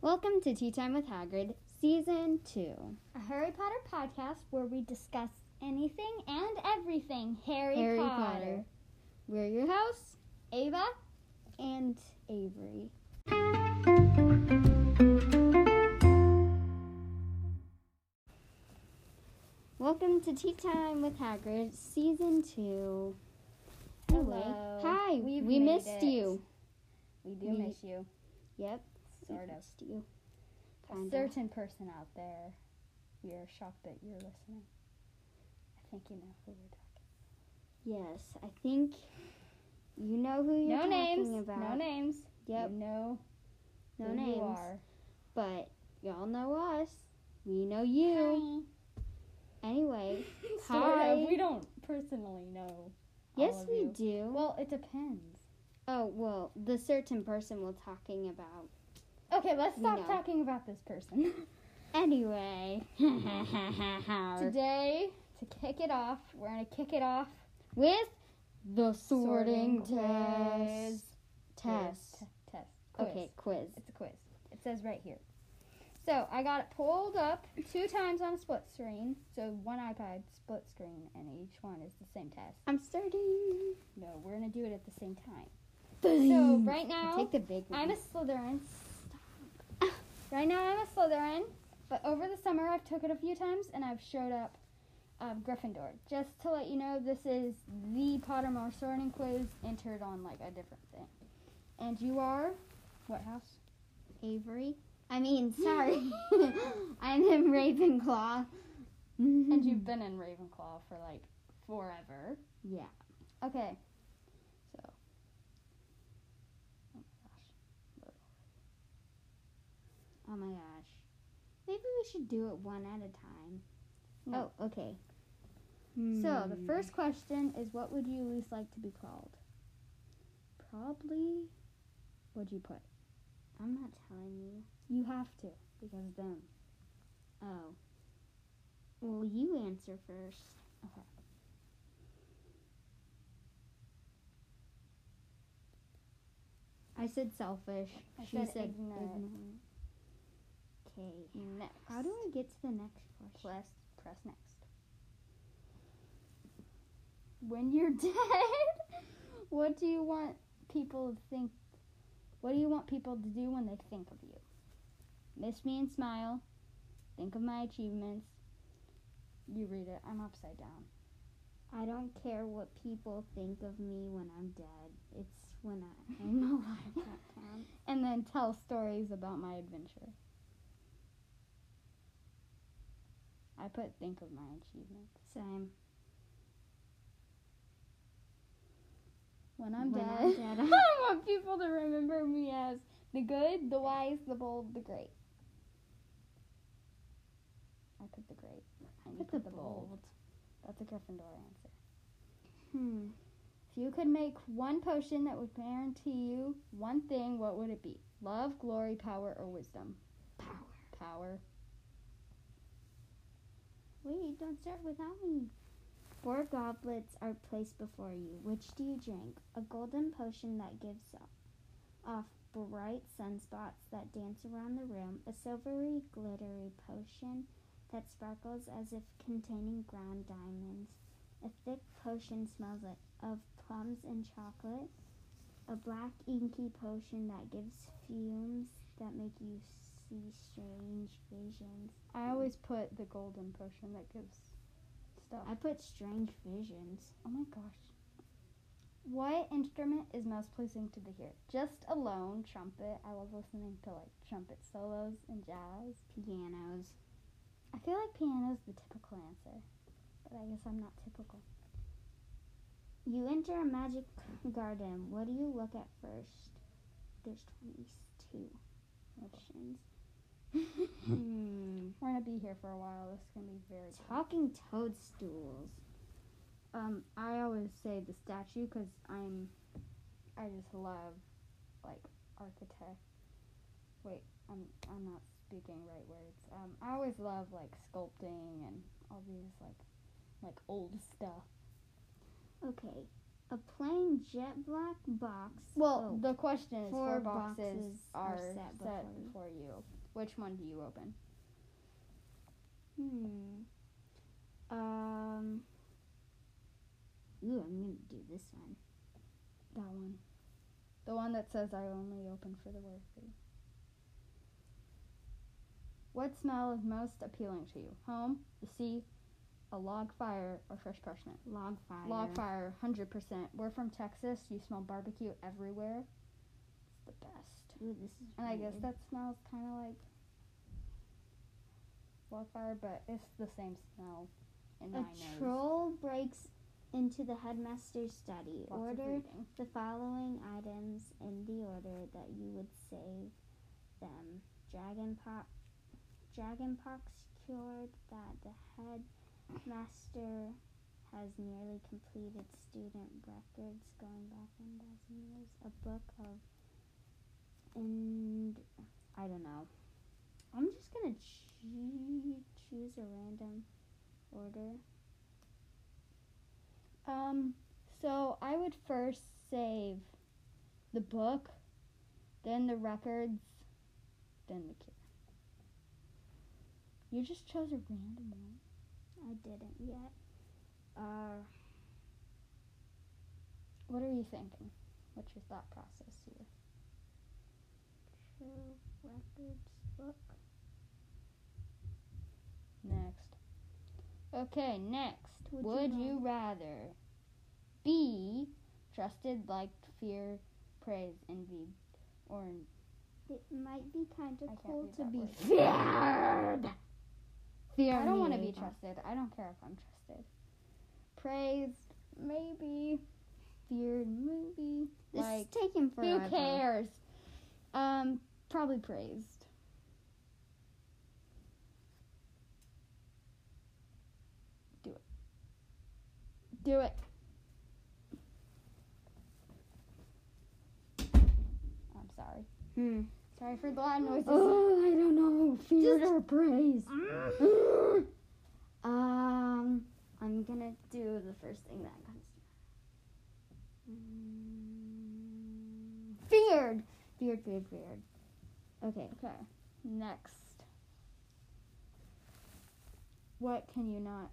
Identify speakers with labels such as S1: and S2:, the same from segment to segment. S1: Welcome to Tea Time with Hagrid, Season 2.
S2: A Harry Potter podcast where we discuss anything and everything Harry,
S1: Harry Potter. We're your house,
S2: Ava,
S1: and Avery. Welcome to Tea Time with Hagrid, Season 2.
S2: Hello.
S1: Hi,
S2: We've
S1: we
S2: made
S1: missed
S2: it.
S1: you.
S2: we do
S1: We-
S2: miss you.
S1: Yep, we
S2: Sort of.
S1: missed you.
S2: A
S1: Kinda.
S2: certain person out there, we are shocked that you're listening. I think you know who we're
S1: Yes, I think you know who you're
S2: talking. no
S1: talking
S2: names.
S1: about.
S2: No names.
S1: Yep,
S2: You know
S1: no
S2: who
S1: names.
S2: You are.
S1: But y'all know us. We know you. Anyway,
S2: Sort of.
S1: Hi.
S2: We don't personally know. all
S1: yes,
S2: of
S1: we
S2: you.
S1: do.
S2: Well, it depends.
S1: oh, well, the certain person we're talking about.
S2: Okay, let's
S1: We
S2: stop
S1: know.
S2: talking about this person.
S1: Anyway,
S2: Today, to kick it off, we're gonna kick it off
S1: with the sorting,
S2: quiz.
S1: test. Test.
S2: Test. Test. Quiz.
S1: Okay, quiz.
S2: It's a quiz. It says right here. So I got it pulled up two times on a split screen. So one iPad, split screen, and each one is the same test.
S1: I'm starting.
S2: No, we're gonna do it at the same time. So right
S1: I
S2: now,
S1: take the big one.
S2: I'm a Slytherin. Stop. Right now, I'm a Slytherin. But over the summer, I've took it a few times, and I've showed up um, Gryffindor. Just to let you know, this is the Pottermore sorting quiz entered on like a different thing. And you are what house?
S1: Avery. I mean, sorry. I'm in Ravenclaw.
S2: and you've been in Ravenclaw for like forever.
S1: Yeah.
S2: Okay. So.
S1: Oh my gosh. Maybe we should do it one at a time.
S2: No.
S1: Oh, okay.
S2: So
S1: Hmm.
S2: the first question is, what would you least like to be called?
S1: Probably.
S2: What'd you put?
S1: I'm not telling you.
S2: You have to because then.
S1: Oh. Well, you answer first. I said selfish.
S2: I
S1: she
S2: said
S1: said
S2: ignorant.
S1: Okay.
S2: Next.
S1: How do I get to the next question?
S2: press press next? When you're dead, what do you want people to think? What do you want people to do when they think of you? Miss me and smile. Think of my achievements. You read it. I'm upside down.
S1: I don't care what people think of me when I'm dead. It's when I- I'm alive that counts.
S2: And then tell stories about my adventure. I put think of my achievements.
S1: Same.
S2: When I'm
S1: When
S2: dead,
S1: I'm dead, I'm-
S2: I want people to remember me as the good, the wise, the bold, the great. I put the great. I
S1: put the bold.
S2: That's a Gryffindor answer.
S1: Hmm.
S2: If you could make one potion that would guarantee you one thing, what would it be? Love, glory, power, or wisdom?
S1: Power.
S2: Power.
S1: Wait, don't start without me. Four goblets are placed before you. Which do you drink? A golden potion that gives off bright sunspots that dance around the room, a silvery, glittery potion that sparkles as if containing ground diamonds, a thick potion smells like of plums and chocolate, a black, inky potion that gives fumes that make you see strange visions.
S2: I always put the golden potion that gives stuff.
S1: I put strange visions.
S2: Oh my gosh. What instrument is most pleasing to the ear? Just alone, trumpet. I love listening to like trumpet solos and jazz.
S1: Pianos.
S2: I feel like piano's the typical answer, but I guess I'm not typical.
S1: You enter a magic garden. What do you look at first? There's 22 options. hmm.
S2: We're gonna be here for a while. This is gonna be very. good.
S1: Talking toadstools.
S2: Um, I always say the statue because I'm. I just love, like architect. Wait, I'm I'm not speaking right words. Um, I always love like sculpting and all these like, like old stuff.
S1: Okay. A plain jet black box.
S2: Well,
S1: oh,
S2: the question is
S1: Four
S2: four, boxes,
S1: boxes
S2: are,
S1: are
S2: set,
S1: set before you.
S2: before you. Which one do you open?
S1: hmm. Um. Ooh, I'm gonna do this one.
S2: That one. The one that says I only open for the worthy. What smell is most appealing to you? Home, the sea, a log fire, or fresh parchment?
S1: Log fire.
S2: Log fire, 100%. We're from Texas. You smell barbecue everywhere. It's the best.
S1: Ooh, this is.
S2: And I guess
S1: weird.
S2: that smells kind of like log fire, but it's the same smell in my
S1: A
S2: nose.
S1: troll breaks into the headmaster's study.
S2: Lots of
S1: Order
S2: reading.
S1: the following items in the order that you would save them. Dragon pop, dragon pox cured that the headmaster has nearly completed student records going back one thousand years. A book of and I don't know. I'm just gonna choo- choose a random order.
S2: Um, so I would first save the book, then the records, then the cure. You just chose a random one.
S1: I didn't yet. Uh.
S2: What are you thinking? What's your thought process here?
S1: True records book.
S2: Next. Okay, next. Would,
S1: Would you
S2: you, rather be trusted, liked, feared, praised, envied, or
S1: It might be kind
S2: I
S1: of
S2: can't
S1: cool
S2: read
S1: to
S2: that
S1: be
S2: word.
S1: feared. Fear
S2: I don't want to
S1: me.
S2: be trusted. I don't care if I'm trusted. Praised, maybe. Feared, maybe.
S1: This
S2: like,
S1: is taking forever.
S2: who cares? Um, probably praised. Do it. Do it. I'm sorry.
S1: Hmm.
S2: Sorry for the loud noises.
S1: Oh, I don't know. Feared
S2: Just-
S1: or praised.
S2: Uh,
S1: um, I'm gonna do the first thing that comes. to mind. Mm, Feared, feared, feared, feared. Okay.
S2: Okay, next. What can you not?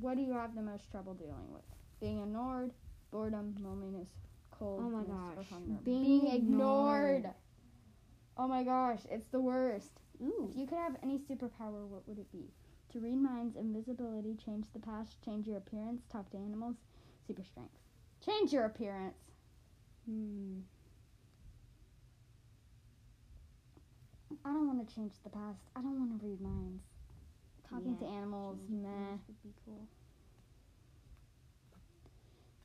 S2: What do you have the most trouble dealing with? Being ignored, boredom, loneliness, cold.
S1: Oh gosh,
S2: Being,
S1: being
S2: ignored.
S1: ignored.
S2: Oh my gosh, it's the worst.
S1: Ooh.
S2: If you could have any superpower, what would it be? To read minds, invisibility, change the past, change your appearance, talk to animals, super strength. Change your appearance.
S1: Hmm.
S2: I don't want to change the past. I don't want to read minds. Talking to
S1: Yeah,
S2: animals,
S1: change
S2: meh.
S1: things Would be cool.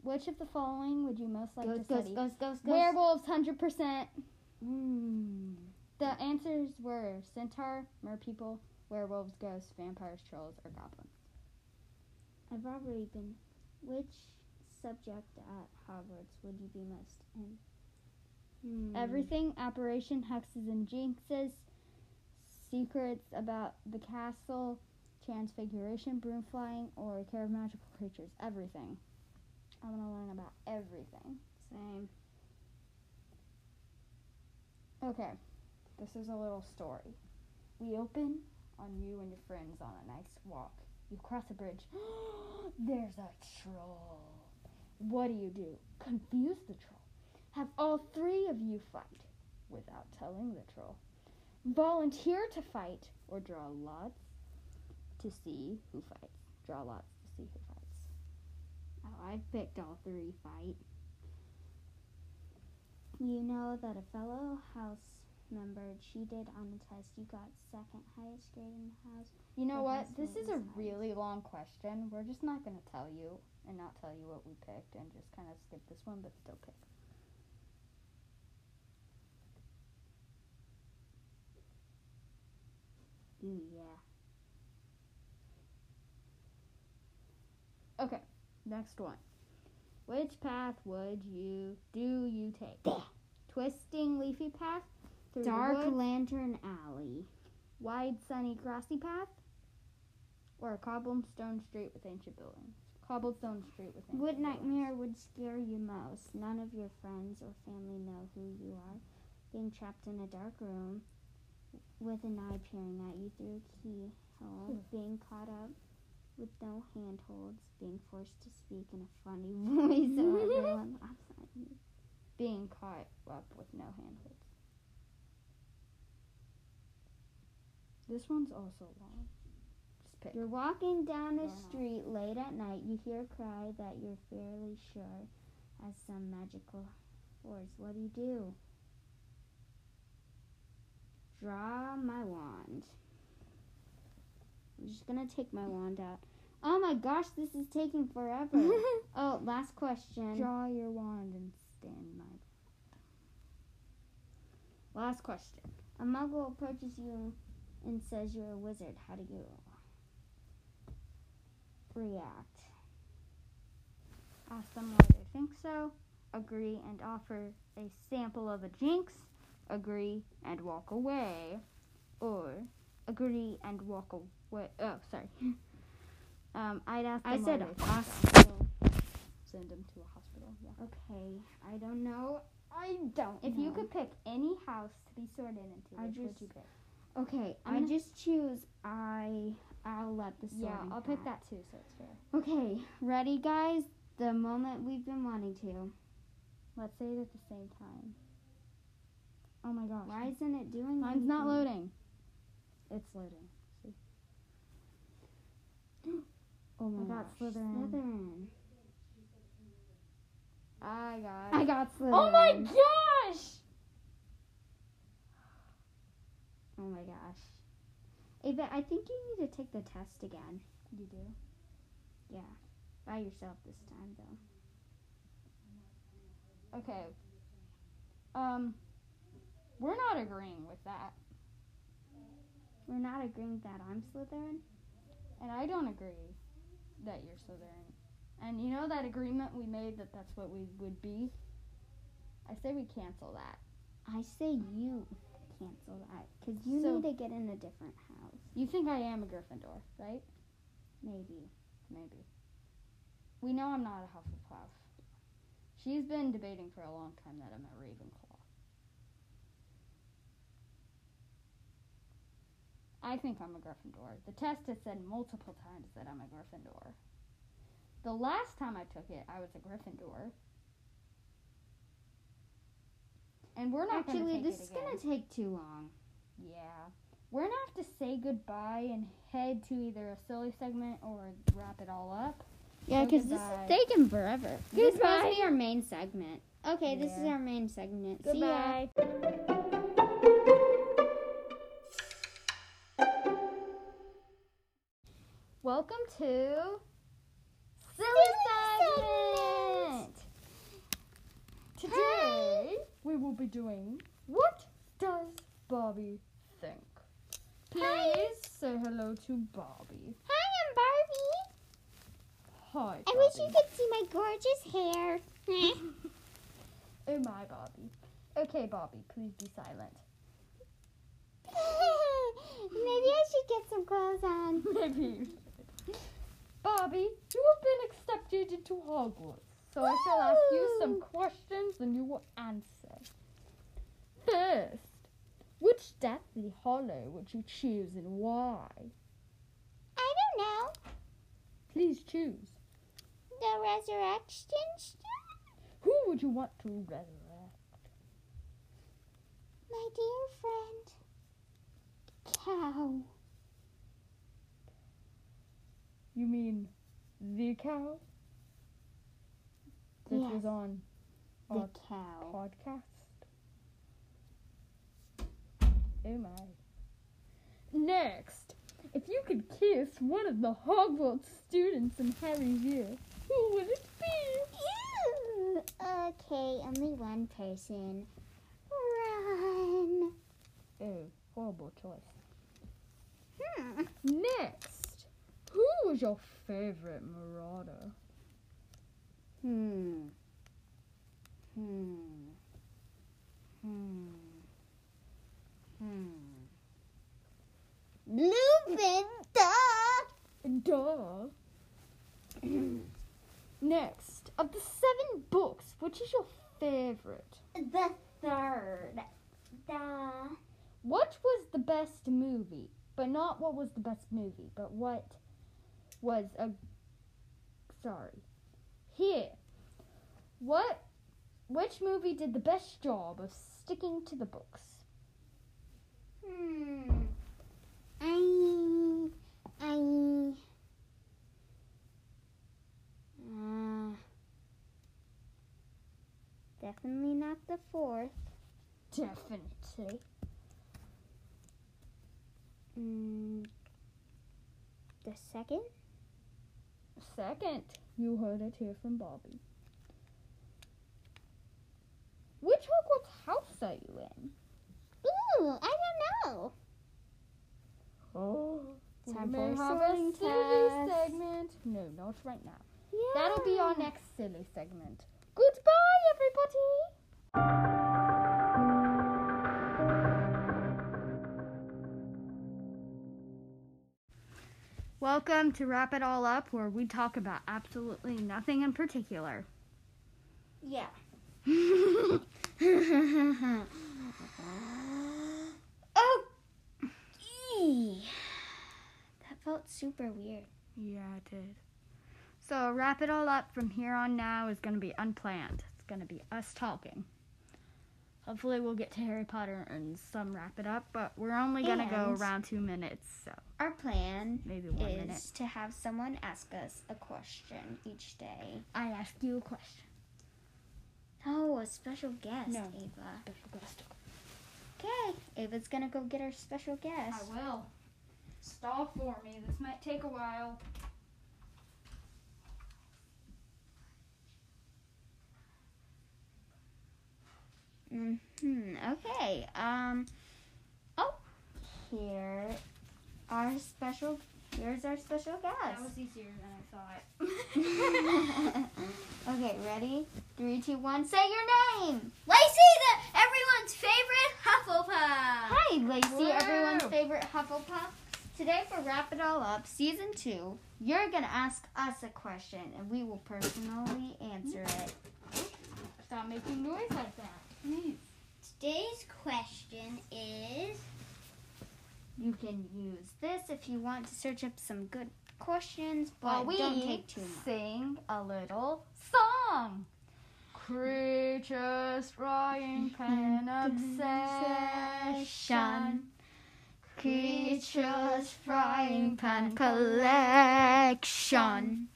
S2: Which of the following would you most like to
S1: Ghost,
S2: study?
S1: ghost, ghost, ghost, ghost.
S2: Werewolves, hundred percent.
S1: Mm.
S2: The answers were centaur, merpeople, werewolves, ghosts, vampires, trolls, or goblins.
S1: I've already been. Which subject at Hogwarts would you be most in? Hmm.
S2: Everything, Operation Hexes and Jinxes, secrets about the castle, transfiguration, broom flying, or care of magical creatures. Everything. I want to learn about everything.
S1: Same.
S2: Okay, this is a little story. We open on you and your friends on a nice walk. You cross a bridge. There's a troll. What do you do? Confuse the troll. Have all three of you fight without telling the troll. Volunteer to fight or draw lots to see who fights. Draw lots to see who fights.
S1: Oh, I've picked all three fight. You know that a fellow house member cheated on the test. You got second highest grade in the house.
S2: You know
S1: Or
S2: what?
S1: has
S2: This
S1: no
S2: is a
S1: insight.
S2: really long question. We're just not going to tell you and not tell you what we picked and just kind of skip this one, but still pick.
S1: Ooh, yeah.
S2: Okay, next one. Which path would you do you take? Twisting leafy path, through the
S1: Dark
S2: woods,
S1: Lantern Alley.
S2: wide sunny grassy path, or a cobblestone street with ancient buildings. Cobblestone Street with Aunt
S1: What
S2: Cinderella.
S1: nightmare would scare you most? None of your friends or family know who you are. Being trapped in a dark room with an eye peering at you through a keyhole. Being caught up with no handholds. Being forced to speak in a funny voice Oh, so everyone laughs at you.
S2: Being caught up with no handholds. This one's also long. Just pick.
S1: You're walking down a
S2: Wow.
S1: street late at night. You hear a cry that you're fairly sure has some magical force. What do you do? Draw my wand. I'm just gonna take my wand out. Oh my gosh, this is taking forever. oh, last question.
S2: Draw your wand and stand my Last question.
S1: A muggle approaches you and says you're a wizard. How do you react?
S2: Ask them why they think so. Agree and offer a sample of a jinx. Agree and walk away. Or agree and walk away. Oh, sorry. um, I'd ask them
S1: I
S2: why
S1: said
S2: they think so.
S1: hospital.
S2: Send them to a hospital. Yeah.
S1: Okay, I don't know.
S2: I don't. If you
S1: know.
S2: could pick any house to be sorted into,
S1: I
S2: which would
S1: just-
S2: you pick?
S1: Okay,
S2: I'm
S1: i
S2: gonna-
S1: just choose. I I'll let the
S2: Yeah,
S1: sorting
S2: I'll pick
S1: hat.
S2: that too, so it's fair.
S1: Okay, ready, guys? The moment we've been wanting to.
S2: Let's say it at the same time. Oh my gosh.
S1: Why isn't it doing?
S2: Mine's not
S1: anything?
S2: loading. It's loading.
S1: Oh my
S2: I got
S1: gosh,
S2: Slytherin.
S1: Slytherin.
S2: I got
S1: I got Slytherin.
S2: Oh my gosh!
S1: Oh my gosh. Ava, I think you need to take the test again.
S2: You do?
S1: Yeah, by yourself this time though.
S2: Okay. Um, we're not agreeing with that.
S1: We're not agreeing that I'm Slytherin.
S2: And I don't agree that you're Slytherin. And you know that agreement we made that that's what we would be? I say we cancel that.
S1: I say you cancel that because you
S2: So-
S1: need to get in a different house.
S2: You think I am a Gryffindor, right?
S1: Maybe.
S2: Maybe. We know I'm not a Hufflepuff. She's been debating for a long time that I'm a Ravenclaw. I think I'm a Gryffindor. The test has said multiple times that I'm a Gryffindor. The last time I took it, I was a Gryffindor. And we're not gonna
S1: Actually,
S2: take
S1: this
S2: it
S1: is
S2: again.
S1: gonna take too long.
S2: Yeah. We're gonna have to say goodbye and head to either a silly segment or wrap it all up.
S1: Yeah,
S2: So
S1: because this is
S2: goodbye.
S1: taking forever. This
S2: Goodbye.
S1: must be our main segment. Okay, this is
S2: Yeah.
S1: our main segment. See ya.
S2: Goodbye. Welcome to Silly Segment. Today we will be doing What Does Bobby Think?
S1: Hi.
S2: Please say hello to Bobby.
S1: Hi, I'm Barbie.
S2: Hi.
S1: I
S2: Bobby.
S1: wish you could see my gorgeous hair.
S2: Oh my, Bobby. Okay, Bobby, please be silent.
S1: Maybe I should get some clothes on.
S2: Maybe. Bobby, you have been accepted into Hogwarts, so I shall ask you some
S1: Woo!
S2: questions and you will answer. First, which Deathly Hollow would you choose and why?
S1: I don't know.
S2: Please choose.
S1: The resurrection stone?
S2: Who would you want to resurrect?
S1: My dear friend. Cow.
S2: You mean the cow? This
S1: Yes.
S2: was on
S1: The
S2: our
S1: cow.
S2: podcast. Oh my. Next, if you could kiss one of the Hogwarts students in Harry's ear, who would it be?
S1: Ew. Okay, only one person. Run.
S2: Oh, horrible choice.
S1: Hmm.
S2: Next, who was your favorite marauder?
S1: Hmm. Hmm. Hmm. Hmm. Lupin, duh.
S2: Duh. Next, of the seven books, which is your favorite?
S1: The third. The
S2: What was the best movie? But not what was the best movie, but what was a. Sorry. Here. What. Which movie did the best job of sticking to the books?
S1: hmm. I I uh, definitely not the fourth.
S2: Definitely.
S1: Mm, the second.
S2: Second, you heard it here from Bobby. Which Hogwarts house are you in?
S1: Ooh, I don't know.
S2: Oh,
S1: Time
S2: we may
S1: for
S2: have
S1: song
S2: a silly
S1: test.
S2: segment. No, not right now.
S1: Yeah.
S2: That'll be our next silly segment. Goodbye, everybody. Welcome to Wrap It All Up, where we talk about absolutely nothing in particular.
S1: Yeah. oh. Eee. That felt super weird.
S2: Yeah, I did. So wrap it all up from here on now is going to be unplanned. It's going to be us talking. Hopefully we'll get to Harry Potter and some wrap it up, but we're only going to go
S1: And-
S2: around 2 minutes, so
S1: Our plan
S2: maybe 1
S1: is
S2: minute.
S1: to have someone ask us a question each day.
S2: I ask you a question.
S1: Oh, a special guest,
S2: No.
S1: Ava. Okay, Ava's gonna go get our special guest.
S2: will. Stall for me. This might take a while.
S1: Hmm. Okay. Um. Oh, here, our special. Here's our special guest.
S2: easier than I
S1: okay, ready? Three, two, one. Say your name. Lacey, the everyone's favorite Hufflepuff. Hi, Lacey,
S2: Woo.
S1: everyone's favorite Hufflepuff. Today for wrap it all up, season two. You're gonna ask us a question, and we will personally answer it.
S2: Stop making noise like that. Please.
S1: Today's question is You can use this if you want to search up some good questions, but
S2: But we
S1: don't take too much.
S2: sing a little song. Creatures frying pan obsession. Creatures frying pan collection.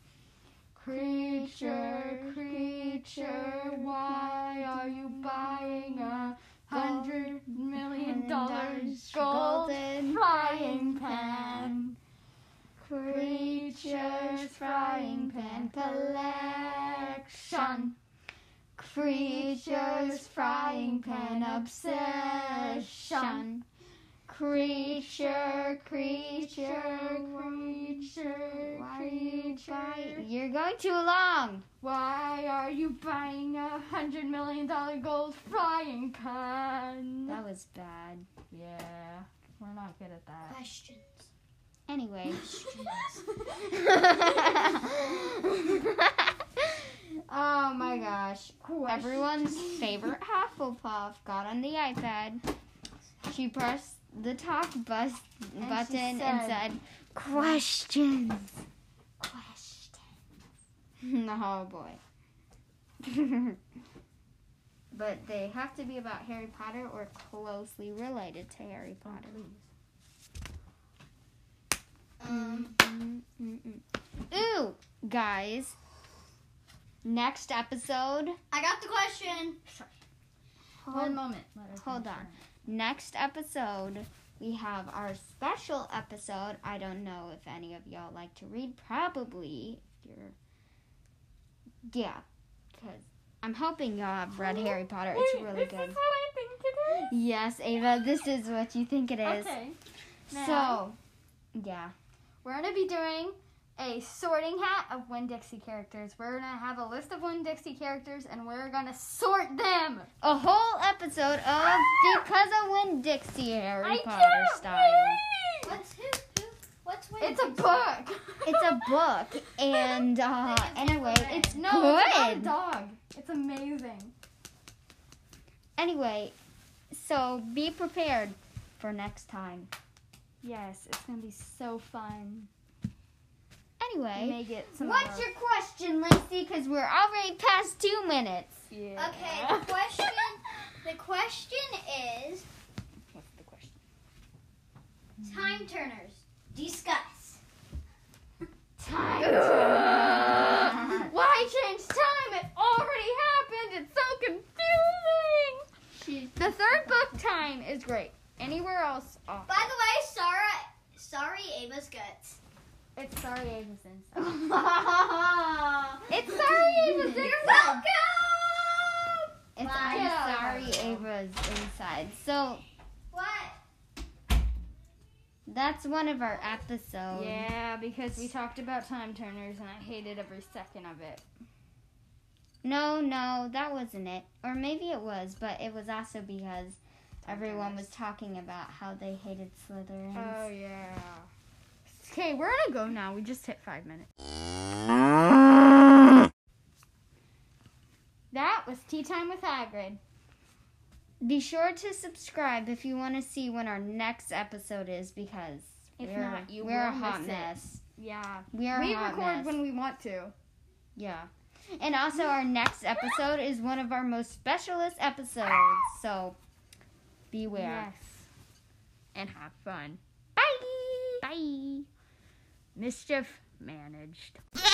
S2: Creature, creature, why are you buying a hundred million dollars gold frying pan? Creatures frying pan collection. Creatures frying pan obsession. Creature, creature, creature,
S1: Why are you
S2: creature.
S1: trying? You're going too long.
S2: Why are you buying a hundred million dollar gold frying pan?
S1: That was bad.
S2: Yeah, we're not good at that.
S3: Questions.
S1: Anyway. oh my gosh. Everyone's favorite Hufflepuff got on the iPad. She pressed the talk bus-
S2: she
S1: button and
S2: said-
S1: said, Questions. Questions. oh boy. but they have to be about Harry Potter or closely related to Harry Potter.
S3: Um,
S1: Mm-mm. Ooh, guys. Next episode.
S3: I got the question.
S2: One
S1: Hold,
S2: moment. Let her
S1: hold
S2: finish
S1: on.
S2: her.
S1: Next episode, we have our special episode. I don't know if any of y'all like to read. Probably if you're. Yeah, because I'm hoping y'all have read Harry Potter. It's
S2: Wait,
S1: really
S2: is
S1: good.
S2: This what I think it is?
S1: Yes, Ava, this is what you think it is.
S2: Okay.
S1: So, yeah.
S2: We're gonna be doing a sorting hat of Winn Dixie characters. We're gonna have a list of Winn Dixie characters and we're gonna sort them.
S1: A whole episode of Because of Win Dixie Harry
S2: I
S1: Potter
S2: can't
S1: style.
S2: wait!
S3: What's who? Who? What's with
S2: It's a book.
S1: It's a book, and uh, anyway, it's
S2: No, it's about a
S1: good.
S2: dog. It's amazing.
S1: Anyway, so be prepared for next time.
S2: Yes, it's gonna be so fun. We
S1: Anyway,
S2: may get some. of
S1: what's
S2: our-
S1: your question, Lacey? Because we're already past two minutes.
S2: Yeah.
S3: Okay, the question the question is
S2: What's the question?
S3: time turners. Discuss.
S2: Time. Why change time? It already happened. It's so confusing. The third book time is great. Anywhere else, oh. off.
S3: By the way, Sarah sorry Ava's guts.
S2: It's sorry, Avison.
S3: it's
S2: It's sorry, Avison.
S3: You're welcome.
S1: It's
S3: Wow.
S1: I'm sorry, Ava's inside. So
S3: What?
S1: that's one of our
S2: Oh.
S1: episodes.
S2: Yeah, because we talked about time turners and I hated every second of it.
S1: No, no, that wasn't it. Or maybe it was, but it was also because
S2: Oh,
S1: everyone was talking about how they hated Slytherins.
S2: Oh, yeah. Okay, we're gonna go now. We just hit five minutes. That was tea time with Hagrid.
S1: Be sure to subscribe if you want to see when our next episode is because
S2: If
S1: we're,
S2: not, you
S1: we're a
S2: will
S1: hot
S2: miss it.
S1: mess.
S2: Yeah.
S1: We are
S2: we
S1: a hot
S2: record
S1: mess.
S2: when we want to.
S1: yeah. And also, our next episode is one of our most specialist episodes, so beware and have fun. Bye! Bye! Mischief managed.
S3: Bye.